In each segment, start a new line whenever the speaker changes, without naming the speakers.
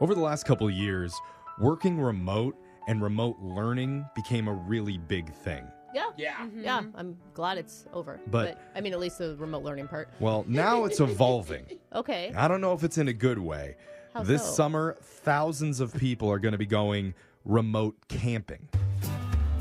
Over the last couple years, working remote and remote learning became a really big thing.
Yeah.
Yeah.
Yeah, I'm glad it's over.
But-
I mean, at least the remote learning part.
Well, now it's evolving.
Okay.
I don't know if it's in a good way.
How
this
so?
summer, thousands of people are going to be going remote camping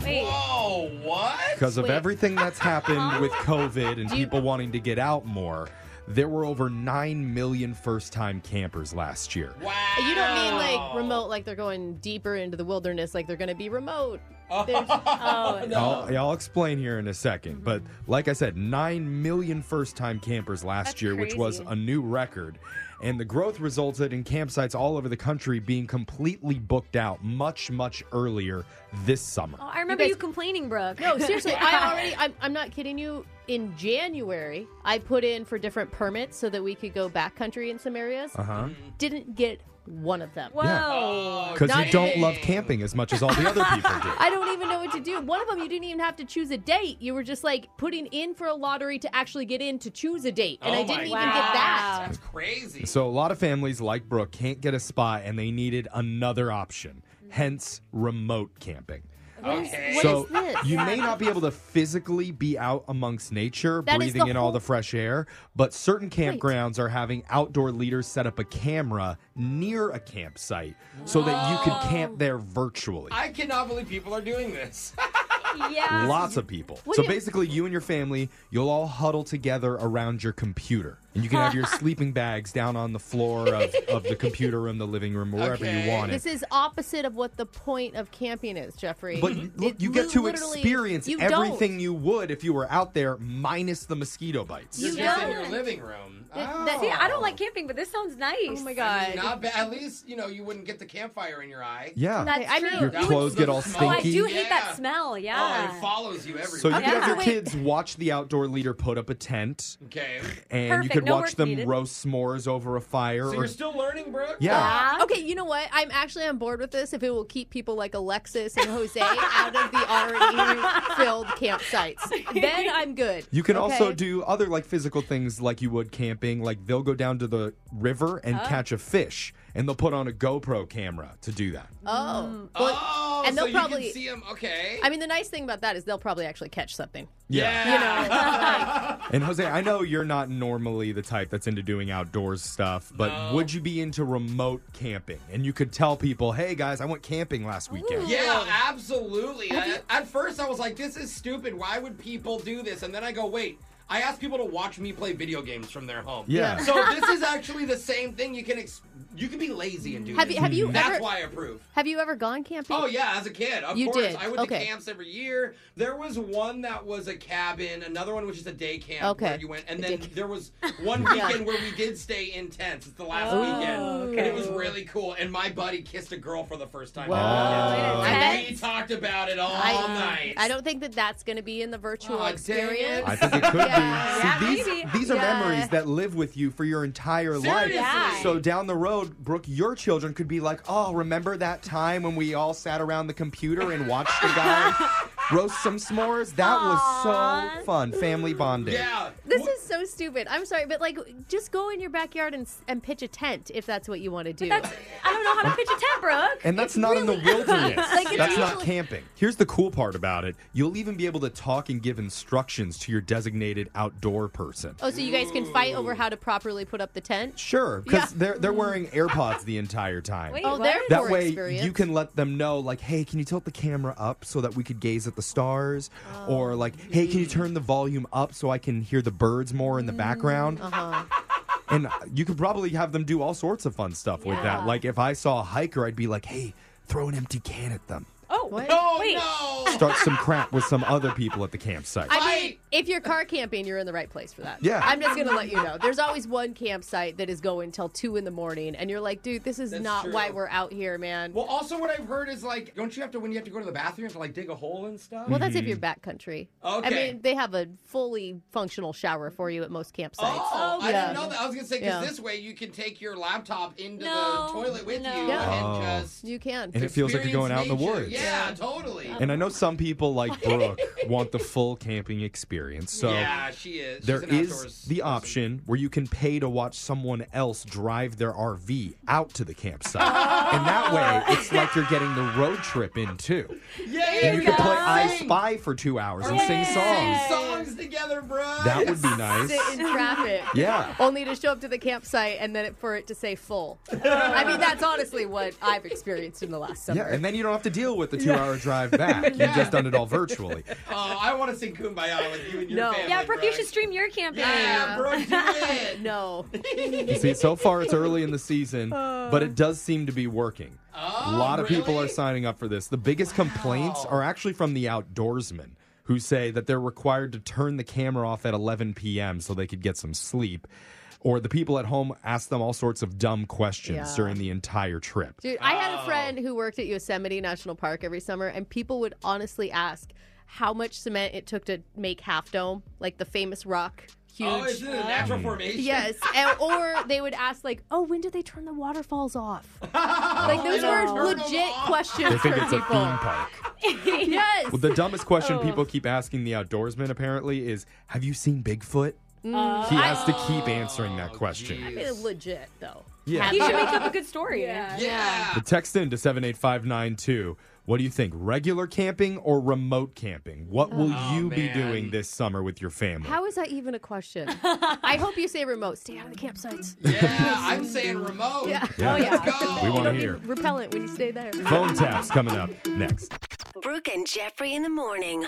Wait.
Whoa, what?
because of
Wait.
everything that's happened with COVID and
Do you-
people wanting to get out more. There were over 9 million first time campers last year.
Wow.
You don't mean like remote, like they're going deeper into the wilderness, like they're going to be remote. They're- oh,
Uh-huh.
I'll, I'll explain here in a 2nd But like I said, 9 million first time campers last
Mm-hmm. That's
year, which was
crazy.
a new record. And the growth resulted in campsites all over the country being completely booked out much, much earlier this summer.
Oh, I remember
guys-
you complaining, Brooke.
No, seriously, I already, I'm, I'm not kidding you. In January, I put in for different permits so that we could go backcountry in some areas.
Uh
Mm.
huh.
Didn't get one of them.
Whoa.
Oh,
Because you
Not-
don't love camping as much as all the other people do.
I don't even know what to do. One of them, you didn't even have to choose a date. You were just like putting in for a lottery to actually get in to choose a date. And
Oh
I didn't
my
even
God.
get that.
That's crazy.
So a lot of families like Brooke can't get a spot and they needed another option,
Mm-hmm.
hence remote camping.
okay.
What
so
is this?
you may not be able to physically be out amongst nature,
That is
breathing
the
in
whole-
all the fresh air, but certain campgrounds are having outdoor leaders set up a camera near a campsite so that you could camp there virtually.
I cannot believe people are doing this.
yeah.
Lots of people.
What
so
do you-
basically, you and your family, you'll all huddle together around your computer. And you can have your sleeping bags down on the floor of, of the computer room, the living room, wherever you
Okay.
want it.
This is opposite of what the point of camping is, Jeffrey.
But
It
look, you get to
literally-
experience
you
everything
Don't.
you would if you were out there, minus the mosquito bites.
You're
You
just in
don't.
your living room.
that-
See, I don't like camping, but this sounds nice.
Oh my
I
god!
mean, Not bad. At least you know you wouldn't get the campfire in your eye.
Yeah.
That's
Okay, I mean,
true.
your
That would-
clothes get all
Oh,
oh, I
stinky.
do hate
Yeah.
that smell. Yeah.
Oh, it follows you everywhere.
So you could have your
Wait.
kids watch the outdoor leader put up a tent,
okay.
and
Perfect,
you could
no
watch
work
them
needed.
roast s'mores over a fire.
So
or,
you're still learning, Brooke?
yeah.
Yeah.
Okay, you know what? I'm actually on board with this if it will keep people like Alexis and Jose out of the already filled campsites. Then I'm good.
You can also
Okay?
do other like physical things like you would camping. Like they'll go down to the river and
Oh.
catch a fish, and they'll put on a GoPro camera to do that.
Oh, well,
Oh,
And
so
they'll
you can
probably-
see 'em. Okay.
I mean, the nice thing about that is they'll probably actually catch something.
yeah.
And Jose, I know you're not normally the type that's into doing outdoors stuff, but
No.
would you be into remote camping? And you could tell people, "Hey guys, I went camping last weekend."
Yeah, absolutely. At, at first, I was like, this is stupid. Why would people do this? And then I go, wait, I asked people to watch me play video games from their home.
Yeah.
So this is actually the same thing. You can ex- you can be lazy and do
Have
this.
you- have you
That's
ever-
why I approve.
Have you ever gone camping?
Oh yeah, as a kid, of
You
course.
did.
I went
Okay.
to camps every year. There was one that was a cabin, another one which is a day camp
Okay.
where you went, and
A
then
day camp.
there was one
Yeah. Oh,
weekend where we did stay in tents. It's the last weekend, and it was
okay.
really cool. And my buddy kissed a girl for the first time.
Whoa.
Oh.
And
Tent?
we talked about it all
I,
night.
I don't think that that's going to be in the virtual
Aw, dang it.
experience.
I think it could be.
Yeah.
Yeah,
See, these,
maybe.
these are
Yeah.
memories that live with you for your entire life.
Seriously. Yeah.
So down the road, Brooke, your children could be like, "Oh, remember that time when we all sat around the computer and watched the guy roast some s'mores? That was so
Aw.
fun, family bonding."
Yeah.
This
Wh-
is so stupid. I'm sorry, but like, just go in your backyard and, s- and pitch a tent if that's what you want to do.
That's, I don't know how to pitch a tent, Brooke.
And that's not in the wilderness.
Like, it's
that's not
usually-
camping. Here's the cool part about it. You'll even be able to talk and give instructions to your designated outdoor person.
oh, so you guys can fight over how to properly put up the tent?
Sure, because
Yeah.
they're they're wearing AirPods the entire time.
Wait,
Oh,
What?
there
That way you can let them know, like, hey, can you tilt the camera up so that we could gaze at the stars? Or
Oh.
like, hey, can you
Hmm.
turn the volume up so I can hear the birds more in the background?
Uh-huh.
And you could probably have them do all sorts of fun stuff with
Yeah.
that. Like if I saw a hiker, I'd be like, hey, throw an empty can at them.
oh,
What?
Oh
wait.
no.
Start some crap with some other people at the campsite.
I mean,
Fight.
if you're car camping, you're in the right place for that.
Yeah.
I'm just going to let you know. There's always one campsite that is going till 2 in the morning, and you're like, dude, this is
That's
not
true.
why we're out here, man. Well,
Well, also what I've heard is like, don't you have to when you have to go to the bathroom, you have to like dig a hole and stuff?
that's
Mm-hmm.
if you're backcountry. I
Okay.
mean, they have a fully functional shower for you at most campsites.
Oh, I
yeah.
didn't know that. I was gonna say
Yeah.
because this way you can take your laptop into
No,
the toilet with
no.
you
Yeah.
Oh.
and just.
You can.
And it feels like you're
experience
going out in the
nature.
woods.
Yeah, totally.
And I know some people like Brooke want the full camping experience. So
yeah, she is. She's
there
an
is
outdoors
the
person.
option where you can pay to watch someone else drive their RV out to the campsite. and that way, it's like you're getting the road trip in too.
Yeah,
And you can play I
Sing.
Spy for two hours and sing
Yay.
songs.
Sing songs together, bro.
That would be nice.
Sit in traffic.
Yeah.
Only to show up to the campsite and then it, for it to say full. I mean, that's honestly what I've experienced in the last summer.
Yeah, and then you don't have to deal with the two-hour drive back. You've just done it all virtually.
Oh, I want to sing Kumbaya with you and your
No.
family.
Yeah, Brooke, you
Brooke.
should stream your campaign.
Yeah, Brooke, do it.
no.
You see, so far it's early in the season, but
Uh.
it does seem to be working.
Oh,
a lot of people are
really?
signing up for this. The biggest complaints are actually from the outdoorsmen who say that they're required to turn the camera off at 11 p.m. so they could get some sleep. Or the people at home ask them all sorts of dumb questions
Yeah.
during the entire trip.
Dude, I had a
Oh.
friend who worked at Yosemite National Park every summer, and people would honestly ask how much cement it took to make Half Dome, like the famous rock, huge.
Oh, is it a
Hmm.
natural formation?
Yes, and, or they would ask like, "Oh, when did they turn the waterfalls off?" Like those
they
are
don't
turn 'em
legit
off.
questions
They
for
think it's a theme
people.
park.
Yes.
Well, the dumbest question
Oh.
people keep asking the outdoorsmen apparently is Have you seen Bigfoot?
Mm.
He
Oh.
has to keep answering that question.
geez.
It's legit though.
Yeah.
Have
You should
you-
make up a good story.
Yeah.
Yeah.
But text in to 78592. What do you think? Regular camping or remote camping? What will
Oh,
you be
man.
doing this summer with your family?
How is that even a question? I hope you say remote. Stay out of the campsites.
Yeah, I'm saying remote.
Yeah.
Yeah.
Oh yeah.
Go.
we want to
It'll be
hear.
repellent when you stay there.
Phone taps coming up next.
Brooke and Jeffrey in the morning.